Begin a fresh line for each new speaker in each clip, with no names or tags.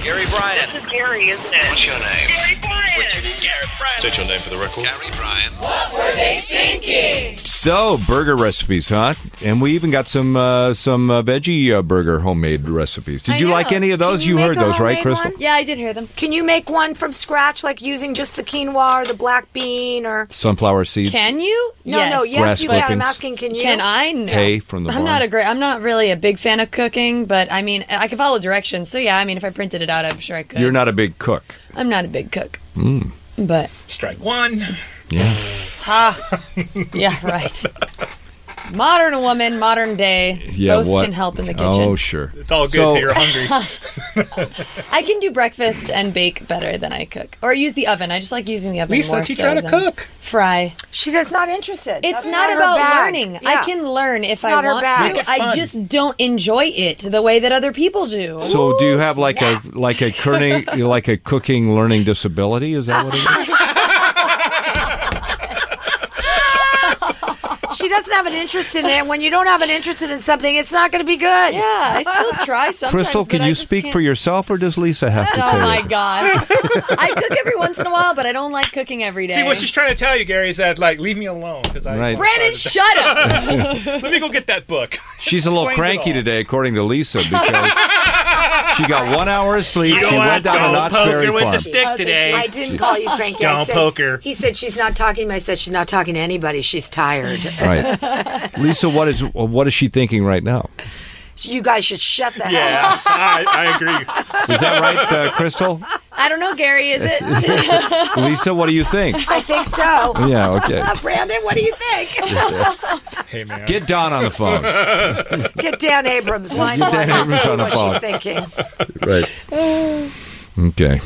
Gary Bryan.
This is Gary, isn't it?
What's your name?
Gary Bryan.
Gary Bryan.
State your name for the record.
Gary Bryan.
So burger recipes, huh? And we even got some uh, some uh, veggie uh, burger homemade recipes. Did
I
you
know.
like any of
Can
those?
you make
heard
a
those, right,
homemade
Crystal?
one? Yeah, I did hear them.
Can you make one from scratch, like using just the quinoa or the black bean or?
Sunflower seeds,
Can you?
No,
yes.
no, yes,
Grass
you can. I'm
clippings.
asking, can you?
Can I? No.
hay from the
I'm
barn.
not a great. I'm not really a big fan of cooking, but I mean, I can follow directions. So yeah, I mean, if I printed it out, I'm sure I could.
You're not a big cook.
I'm not a big cook. But
Strike one.
Yeah.
yeah, right. modern woman, modern day.
Yeah.
both
what?
can help in the kitchen.
Oh, sure.
It's all good
So-
till you're hungry.
I can do breakfast and bake better than I cook, or use the oven. I just like using the oven
Lisa,
more
teach
so
her how to
than
cook.
Fry.
She's just not interested.
It's
That's
not,
her
about
bag.
learning.
Yeah.
I can learn if I
not her
want
bag.
to.
Make it
I
fun.
just don't enjoy it the way that other people do.
So, do you have like a like a cooking like a cooking learning disability? Is that what it is?
She doesn't have an interest in it. When you don't have an interest in something, it's not going to be good.
Yeah, I still try sometimes.
Crystal,
but
can
I
you
just
speak
can't-
for yourself, or does Lisa have to?
Oh
take
my
it?
gosh! I cook every once in a while, but I don't like cooking every day.
See, what she's trying to tell you, Gary, is that like, leave me alone because I.
Right.
Brandon, shut up!
Let me go get that book.
She's a little
Explains it
cranky
all.
today, according to Lisa, because she got one hour of sleep.
You
she
know what?
went down to
Don't
Knott's
poke her
Berry
with
Farm.
the stick today.
I didn't call you cranky. I
Don't
said-
poke her.
He said she's not talking to me. I said she's not talking to anybody. She's tired.
Right, Lisa. What is what is she thinking right now?
you guys should shut the hell up.
yeah, I, I agree.
Is that right, uh, Crystal?
I don't know, Gary. Is it?
Lisa, what do you think?
I think so. Uh,
Yeah, okay.
Brandon, what do you think?
Hey man,
Get Don on the phone.
Get Dan Abrams. Line
Get Dan
one,
Abrams
see
on the
what
phone.
She's thinking.
Right. Okay.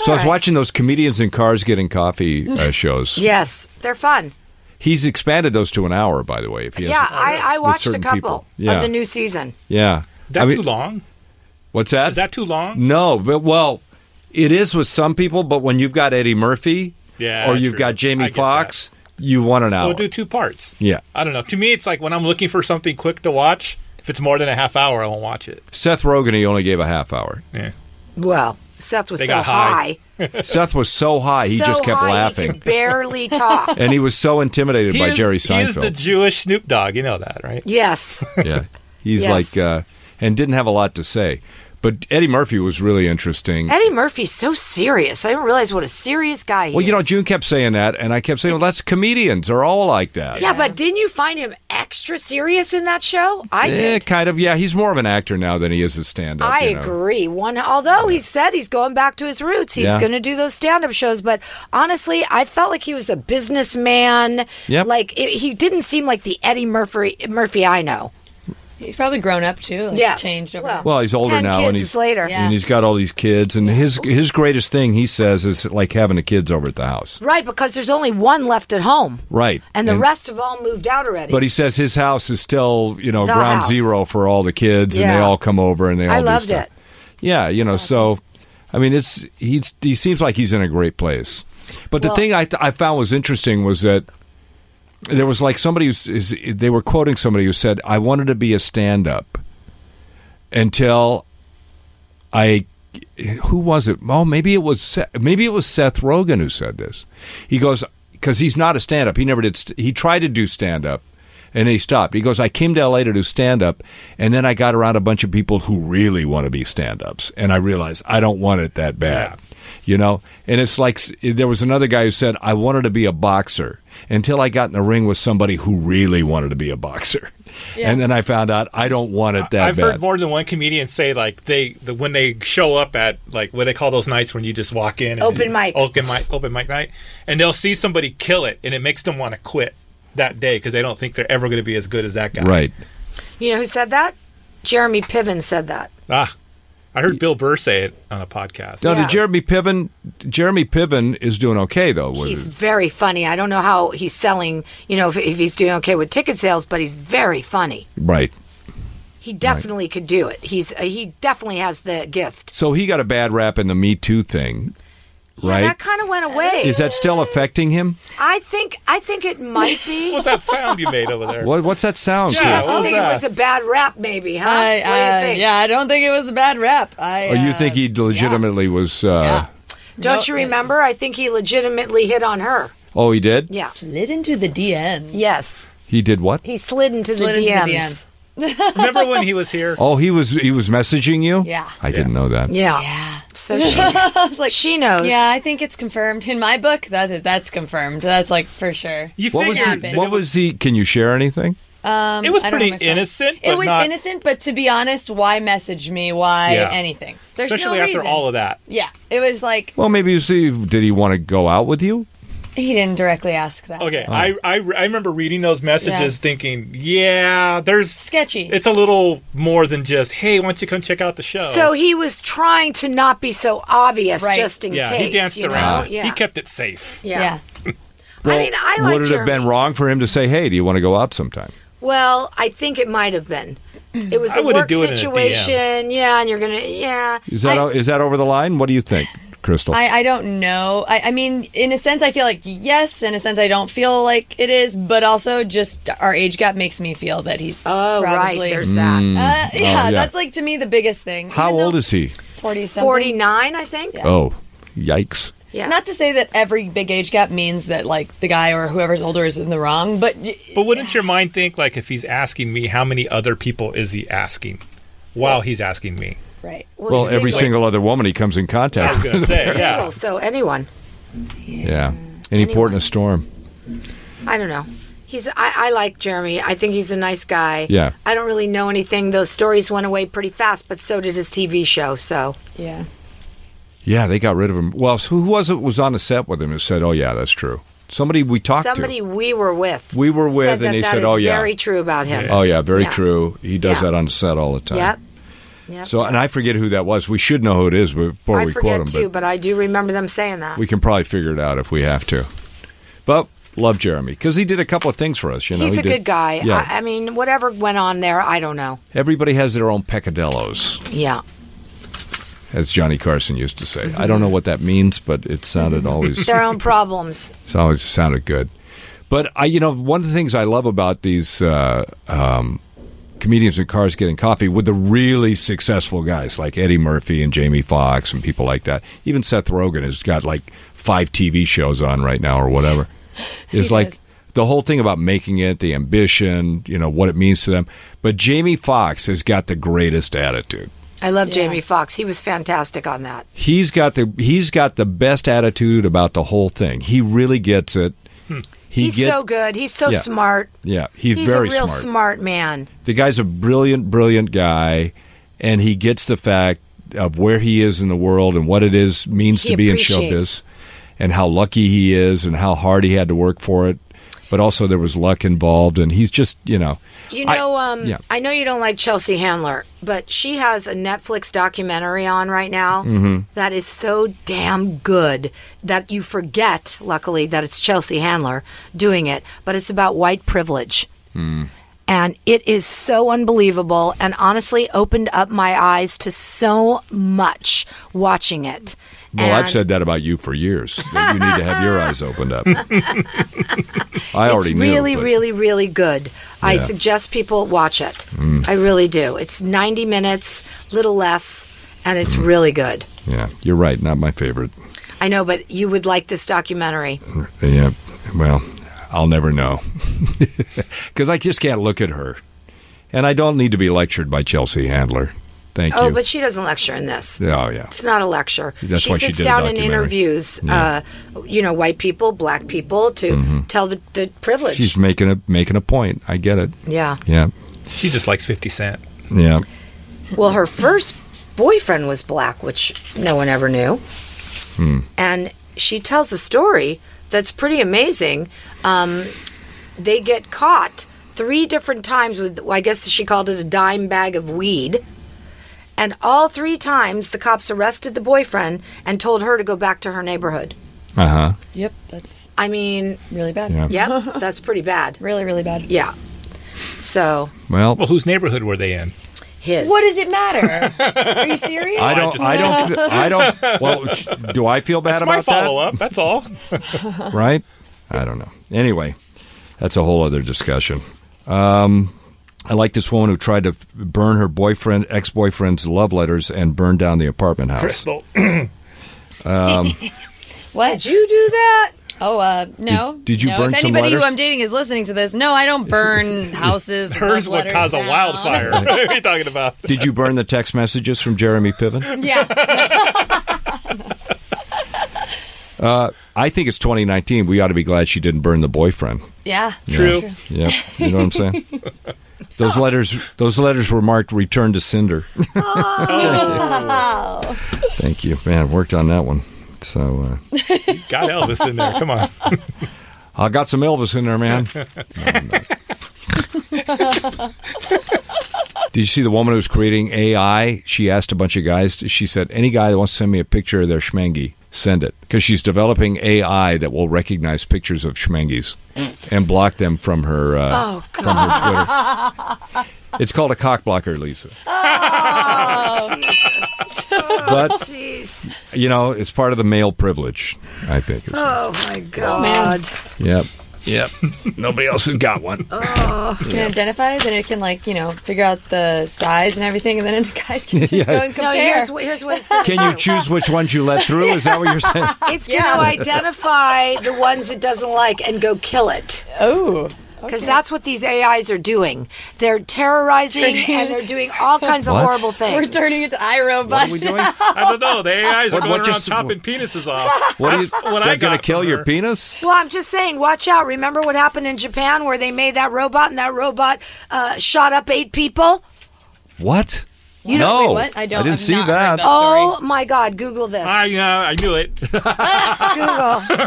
So I was watching those comedians in cars getting coffee uh, shows.
Yes, they're fun.
He's expanded those to an hour, by the way. If he
Yeah,
hasn't-
I, I watched a
certain
couple
people. Yeah.
of the new season.
yeah.
that
I mean-
too long?
What's that?
Is that too long?
No, but well, it is with some people. But when you've got Eddie Murphy,
Yeah,
or you've
true.
got
I
Jamie
get
Foxx, you want an hour.
We'll do two parts.
Yeah.
I don't know. To me, it's like when I'm looking for something quick to watch. If it's more than a half hour, I won't watch it.
Seth Rogen, he only gave a half hour.
Yeah.
Well, Seth was
They
so
got high.
high.
Seth was so high, Uh, he
so
just kept
high, He
laughing,
could barely talk.
and he was so intimidated
He
by
is-
Jerry
He is the
Seinfeld.
Jewish Snoop Dogg. You know that, right?
yes.
yeah, he's
Yes.
like, uh, and didn't have a lot to say. But Eddie Murphy was really interesting.
Eddie Murphy's so serious. I didn't realize what a serious guy he
well, you know,
is.
June kept saying that, and I kept saying, "Well, that's comedians are all like that."
Yeah, but didn't you find him extra serious in that show? I
Eh,
did.
kind of. Yeah, he's more of an actor now than he is a stand-up.
I
you know.
agree. One, although he said he's going back to his roots, he's
Yeah.
going to do those stand-up shows. But honestly, I felt like he was a businessman.
Yep.
Like it, he didn't seem like the Eddie Murphy Murphy I know.
He's probably grown up too. Like,
Yes.
changed over.
Well, he's older
Ten
now,
kids
and he's
later.
Yeah.
and he's got all these kids, and his his greatest thing he says is like having the kids over at the house,
Right, because there's only one left at home,
right?
and the rest have all moved out already.
But he says his house is still you know
The
ground
house.
zero for all the kids, and
Yeah.
they all come over and they all.
I
do
loved
stuff.
it.
Yeah, you know, so I mean, it's he's he seems like he's in a great place. But the thing I I found was interesting was that there was like somebody who's is, they were quoting somebody who said I wanted to be a stand up until I who was it? Oh, maybe it was Seth, maybe it was Seth Rogen who said this. He goes because he's not a stand up. He never did. St- he tried to do stand up. And he stopped. He goes, I came to LA to do stand up, and then I got around a bunch of people who really want to be stand ups. And I realized I don't want it that bad. You know? And it's like s- there was another guy who said, I wanted to be a boxer until I got in the ring with somebody who really wanted to be a boxer. And then I found out I don't want it that
I've
bad.
heard more than one comedian say like they the, when they show up at like what they call those nights when you just walk in and,
Open mic.
open mic open mic night and they'll see somebody kill it and it makes them want to quit that day because they don't think they're ever going to be as good as that guy.
right.
you know who said that? Jeremy Piven said that.
Ah, I heard Bill Burr say it on a podcast.
Now,
Yeah.
did Jeremy Piven? Jeremy Piven is doing okay though. with
He's
it.
very funny. I don't know how he's selling, you know, if, if he's doing okay with ticket sales, but he's very funny.
right.
He definitely could do it. He's uh, he definitely has the gift.
So he got a bad rap in the Me Too thing. right?
that kind of went away.
Is that still affecting him?
I think I think it might be.
What's that sound you made over there?
What, what's that sound?
Yeah,
Chris?
I also
what was
think
that?
it was a bad rap, maybe, huh?
I,
what do you
uh,
think?
Yeah, I don't think it was a bad rap.
Or
I.
Oh, you
uh,
think he legitimately was? Uh,
yeah.
Don't
No,
you remember? I think he legitimately hit on her.
Oh, he did.
Yeah.
Slid into the DMs.
Yes.
He did what?
He slid into,
Slid into
the, DMs.
the DMs.
Remember when he was here?
Oh, he was he was messaging you.
Yeah.
I didn't know that.
Yeah.
Yeah.
So she,
like-
she knows.
Yeah, I think it's confirmed in my book. That's that's confirmed. That's like for sure.
You
What was
figured
he?
it
What was he? Can you share anything?
Um,
It was
I don't have
pretty
my phone.
innocent,
It
but
was
not-
innocent, but to be honest, why message me? Why
Yeah.
anything? There's
especially
no
after
reason.
all of that.
yeah, it was like
Well, maybe you see. Did he want to go out with you?
he didn't directly ask that.
Oh.
Okay, I, I I remember reading those messages,
Yeah.
thinking, yeah, there's
sketchy.
it's a little more than just hey, why don't you come check out the show?
So he was trying to not be so obvious
Right.
just in
yeah,
case.
he danced
you know?
around.
Yeah.
He kept it safe.
yeah.
yeah.
Well,
mean, I like
would it have been
Jeremy.
wrong for him to say, "Hey, do you want to go out sometime"?
Well, I think it might have been. It was
I
a
wouldn't
work
do it in a
situation. yeah, and you're going to, yeah.
Is that
I-
o- is that over the line? What do you think, Crystal?
I, I don't know. I, I mean, in a sense, I feel like yes. In a sense, I don't feel like it is. But also, just our age gap makes me feel that he's
oh,
probably.
right. There's that.
Mm.
Mm. Oh,
uh, yeah,
yeah.
that's like to me the biggest thing.
How
Even though
old is he?
forty? something.
49, I think. Yeah.
Oh, yikes!
Not to say that every big age gap means that like the guy or whoever's older is in the wrong, but y-
But wouldn't your mind think like if he's asking me, how many other people is he asking? While he's asking me,
right.
Well,
he's
every
single.
single other woman he comes in
I was
contact
gonna
with.
say,
Single,
yeah.
so anyone.
yeah, any port in a storm.
I don't know. He's. I, I like Jeremy. I think he's a nice guy.
Yeah.
I don't really know anything. Those stories went away pretty fast, but so did his TV show. So
Yeah.
Yeah, they got rid of him. Well, so who was it was on the set with him who said, "Oh yeah, that's true." Somebody we talked
somebody
to.
we were with,
We were with,
said
and
that
they
that
said,
is
"Oh, yeah."
very true about him."
Oh yeah, very
Yeah.
true. He does
Yeah.
that on the set all the time.
Yep. Yep.
So, and I forget who that was. We should know who it is before
I
we quote him,
forget too, but I do remember them saying that.
we can probably figure it out if we have to. But love Jeremy because he did a couple of things for us. You know,
he's
he
a
did-
good guy.
Yeah,
I, I mean, whatever went on there, I don't know.
everybody has their own peccadillos,
Yeah.
as Johnny Carson used to say. I don't know what that means, but it sounded always
Their own problems.
It's always sounded good. But I, you know, one of the things I love about these uh, um, comedians in cars getting coffee with the really successful guys like Eddie Murphy and Jamie Foxx and people like that. Even Seth Rogen has got like five TV shows on right now or whatever. Is like
does.
the whole thing about making it, the ambition, you know, what it means to them. But Jamie Foxx has got the greatest attitude.
I love Jamie Foxx. He was fantastic on that.
He's got the he's got the best attitude about the whole thing. He really gets it. He
he's
get-
so good. He's so
Yeah.
smart.
Yeah, he's,
He's
very
a real
smart.
smart man.
The guy's a brilliant, brilliant guy, and he gets the fact of where he is in the world and what it is means
He
to be in showbiz,
appreciates.
and how lucky he is, and how hard he had to work for it. But also, there was luck involved, and he's just you know,
You
I-
know, um,
yeah.
I know you don't like Chelsea Handler, but she has a Netflix documentary on right now
Mm-hmm.
that is so damn good that you forget, luckily, that it's Chelsea Handler doing it. But it's about white privilege.
Mm.
And it is so unbelievable and honestly opened up my eyes to so much watching it.
well,
and
I've said that about you for years. That you need to have your eyes opened up. I already
it's
knew.
really,
but-
really, really good. I
Yeah. Mm.
suggest people watch it. I really do. It's 90 minutes, little less, and it's
Mm.
really good.
Yeah, you're right. Not my favorite.
I know, but you would like this documentary.
Yeah. Well, I'll never know because I just can't look at her, and I don't need to be lectured by Chelsea Handler. Thank
Oh,
you.
but she doesn't lecture in this.
oh yeah.
It's not a lecture.
That's
she
why she
sits
did a
down and
documentary.
interviews, uh, you know, white people, black people to tell the, the privilege.
Mm-hmm. She's making a making a point. I get it.
yeah.
Yeah.
She just likes Fifty Cent.
Yeah.
Well, her first boyfriend was black, which no one ever knew. And she tells a story that's pretty amazing. Um, they get caught three different times with, well, I guess she called it a dime bag of weed. And all three times the cops arrested the boyfriend and told her to go back to her neighborhood.
Uh huh.
Yep. That's
I mean,
really bad.
Yeah.
yeah, that's pretty bad.
Really, really bad.
Yeah. So
Well,
Well, whose neighborhood were they in?
his.
What does it matter? Are you serious?
I don't. I don't. I don't. Well, sh- do I feel bad
That's my
about
follow up. That's all.
that? Right? I don't know. Anyway, that's a whole other discussion. Um, I like this woman who tried to f- burn her boyfriend, ex-boyfriend's love letters, and burn down the apartment house.
Crystal.
What?
Did you do that?
Oh, uh, no.
Did- did you
no.
burn
If
some
anybody
letters?
who I'm dating is listening to this, no, I don't burn houses.
Hers
love
would
letters
cause a
down.
wildfire. what are you talking about?
Did you burn the text messages from Jeremy Piven?
Yeah.
I think it's 2019. We ought to be glad she didn't burn the boyfriend.
Yeah.
True.
Yeah, you know what I'm saying. Those letters, those letters were marked "Return to Cinder." Thank you, man. Worked on that one. So uh,
Got Elvis in there. Come on.
I got some Elvis in there, man. No, I'm not. Did you see the woman who's creating AI? She asked a bunch of guys. She said, "Any guy that wants to send me a picture of their schmengi, send it," because she's developing AI that will recognize pictures of schmengis and block them from her uh, from her Twitter. It's called a cock blocker, Lisa. But
Jeez.
you know, it's part of the male privilege. I think. It's-
Oh my God.
man.
Yep. Yep. Nobody else has got one.
Oh, Can identify, then it can like you know figure out the size and everything, and then the guys can just
Yeah.
go and
No,
compare.
here's what, here's what it's going to
Can
do.
you choose which ones you let through? Is that what you're saying?
It's going to identify the ones it doesn't like and go kill it.
oh.
Because that's what these AIs are doing. They're terrorizing
Turning-
and they're doing all kinds of
What?
horrible things.
We're turning it to iRobot.
I don't know. The AIs are
What- what
going around
just-
chopping penises off.
What are you?
That's what
they're
I
gonna
got
kill
from
your
her.
penis?
Well, I'm just saying, watch out. Remember what happened in Japan where they made that robot and that robot uh, shot up eight people?
What?
You
no.
don't- wait, what? I don't-
didn't
I've
see
not heard
that.
about-
Oh my God, Google this.
Ah.
I, uh, I knew it. As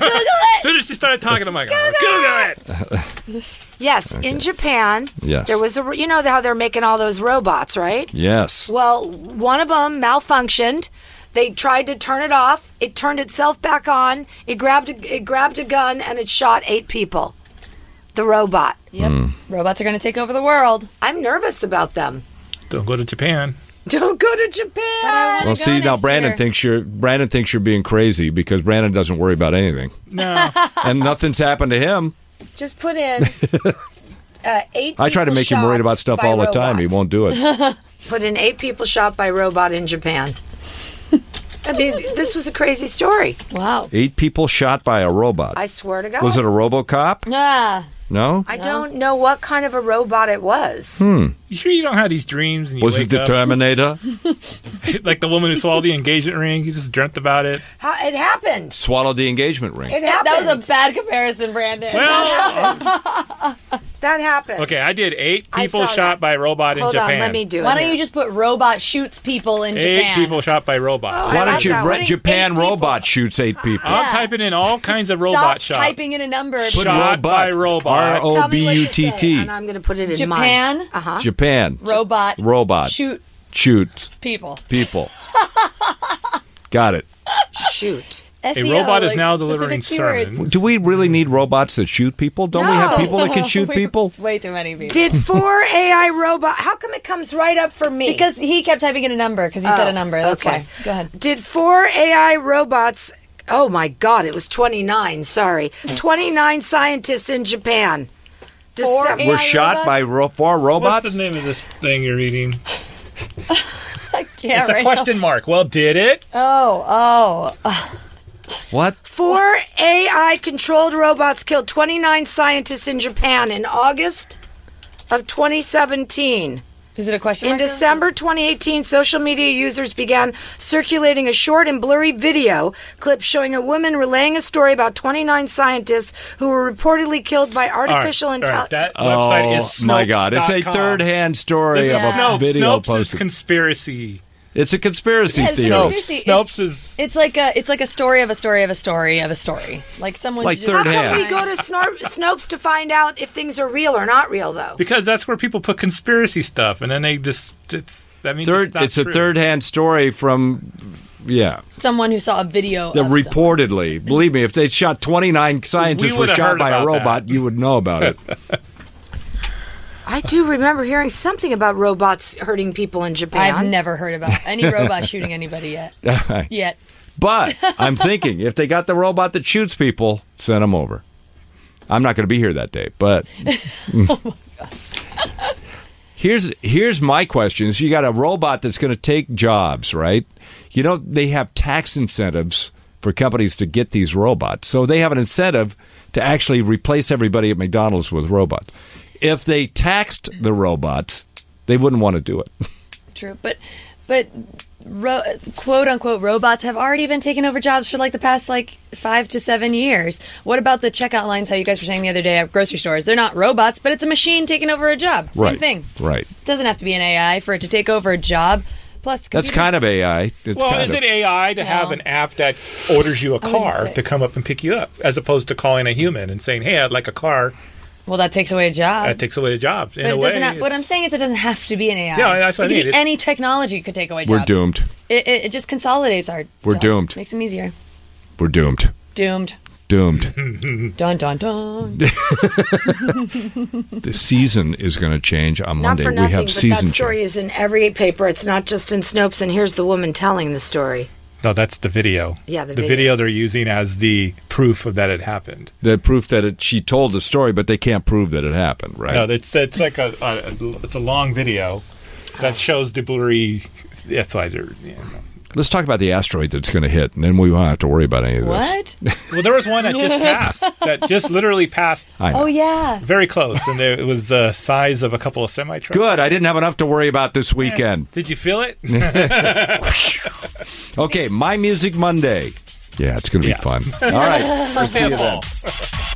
Google.
soon as she started talking, I'm like, oh, Google it.
Yes, in Japan,
Yes.
there was a, you know how they're making all those robots, right?
Yes.
Well, one of them malfunctioned. They tried to turn it off. It turned itself back on. It grabbed a, it grabbed a gun and it shot eight people. The robot.
Yep.
Hmm.
Robots are going to take over the world.
I'm nervous about them.
Don't go to Japan.
Don't go to Japan.
I wanna
Well,
go
see now,
next
Brandon
year.
thinks you're Brandon thinks you're being crazy because Brandon doesn't worry about anything,
No.
and nothing's happened to him.
Just put in uh, eight.
I try to
people
make him worried
shot
about stuff
by
all the time. He
robot.
won't do it.
Put in eight people shot by robot in Japan. I mean, this was a crazy story.
Wow.
Eight people shot by a robot.
I swear to God.
Was it a RoboCop?
Ah.
No.
I don't know what kind of a robot it was.
Hmm.
You sure you don't have these dreams? And you
Was it
wake
the
up-
Terminator?
like the woman who swallowed the engagement ring? You just dreamt about it.
How, it happened.
Swallowed the engagement ring.
It
That
happened.
was a bad comparison, Brandon.
Well,
That happened.
okay, I did eight
I
people
saw
shot
that.
by robot in
Hold
Japan.
on, let me do it.
Why don't
here.
you just put robot shoots people in
Eight
Japan?
people shot by robot.
Oh, I
Why don't
like
you?
that
Re-
one.
Japan
Eight people.
robot shoots eight people.
I'm
Yeah.
typing in all kinds of
Stop
robot shots.
typing in a number.
Put
Japan.
Shot by
R
robot.
O
Tell me
B
what
U
you
T
say,
T.
And I'm going to put it in
Japan?
mine. Uh-huh.
Japan.
Robot.
Robot.
Shoot
Shoot
people.
people. Got it.
Shoot.
A
SEO,
robot is
E like,
now
specific
delivering
keywords.
sermons.
Do we really need robots that shoot people? Don't we have
No.
people that can shoot
We-
people?
Way too many people.
Did four AI robot? How come it comes right up for me?
Because he kept typing in a number because you said
Oh,
a number. That's
okay.
why. Go ahead.
Did four AI robots? Oh my God! It was twenty nine. Sorry, twenty nine scientists in Japan.
Four
December-
AI
We're shot by ro- four robots.
What's the name of this thing you're eating?
Yeah,
It's a
right.
question mark. Well, did it?
Oh, oh.
What?
Four AI controlled robots killed 29 scientists in Japan in August of 2017.
Is it a question
In
mark? now?
December 2018, social media users began circulating a short and blurry video clip showing a woman relaying a story about 29 scientists who were reportedly killed by
All right,
artificial
all right,
intelligence.
That website
Oh
is Snopes.
my God! It's a
dot com.
third-hand story
This is
of a
Snopes.
video
Snopes
posted.
is conspiracy.
it's a conspiracy
Yes,
theory.
Snopes.
Snopes.
Conspiracy,
Snopes is.
It's like a it's like a story of a story of a story of a story. Like someone
Like
just-
third
How come
hand.
we go to Snor- Snopes to find out if things are real or not real, though?
Because that's where people put conspiracy stuff, and then they just it's that means
Third,
it's, not
it's a
true.
third-hand story from, yeah,
someone who saw a video.
The
of someone.
reportedly, believe me, if they shot 29 scientists
We
were
would've
shot
heard
by a
about
robot, you would know about it.
I I do remember hearing something about robots hurting people in Japan.
I've never heard about any robot shooting anybody yet. Yet.
But I'm thinking if they got the robot that shoots people, send them over. I'm not going to be here that day, but.
Oh,
Here's here's my question. So you got a robot that's going to take jobs, right? You know they have tax incentives for companies to get these robots. So they have an incentive to actually replace everybody at McDonald's with robots. If they taxed the robots, they wouldn't want to do it.
True, but but ro- quote unquote robots have already been taking over jobs for like the past like five to seven years. What about the checkout lines? How you guys were saying the other day at grocery stores? They're not robots, but it's a machine taking over a job. Same
right.
thing.
Right.
Doesn't have to be an AI for it to take over a job. Plus,
That's
computers-
kind of AI. It's
Well,
kind
is
of-
it AI to have
No.
an app that orders you a
wouldn't
car
say-
to come up and pick you up, as opposed to calling a human and saying, "Hey, I'd like a car."
well, that takes away a job.
That takes away the job. In
Um, but
a
it
way,
doesn't. Have, what
it's-
I'm saying is, it doesn't have to be an AI.
Yeah, that's what I
it could
mean.
be
It-
any technology could take away jobs.
We're doomed.
It, it, it just consolidates our.
We're
jobs.
doomed.
Makes them easier.
We're doomed.
Doomed.
Doomed.
Dun dun dun.
the season is going to change on
Not
Monday.
for nothing,
we have
but
season
that story
change.
is in every paper. It's not just in Snopes. And here's the woman telling the story.
No, that's the video.
Yeah, the
the
video.
video. they're using as the proof of that it happened.
The proof that it, she told the story, but they can't prove that it happened, right?
No, it's it's like a, a it's a long video that
Oh.
shows the blurry. That's why they're. You know.
Let's talk about the asteroid that's going to hit, and then we won't have to worry about any of this.
What?
Well, there was one that just passed. That just literally passed
I know.
Oh yeah.
very close, and there, it was the size of a couple of semi trucks.
Good. I didn't have enough to worry about this weekend.
Did you feel it?
Okay, My Music Monday. Yeah, it's going to be
Yeah.
fun. All right.
First handball.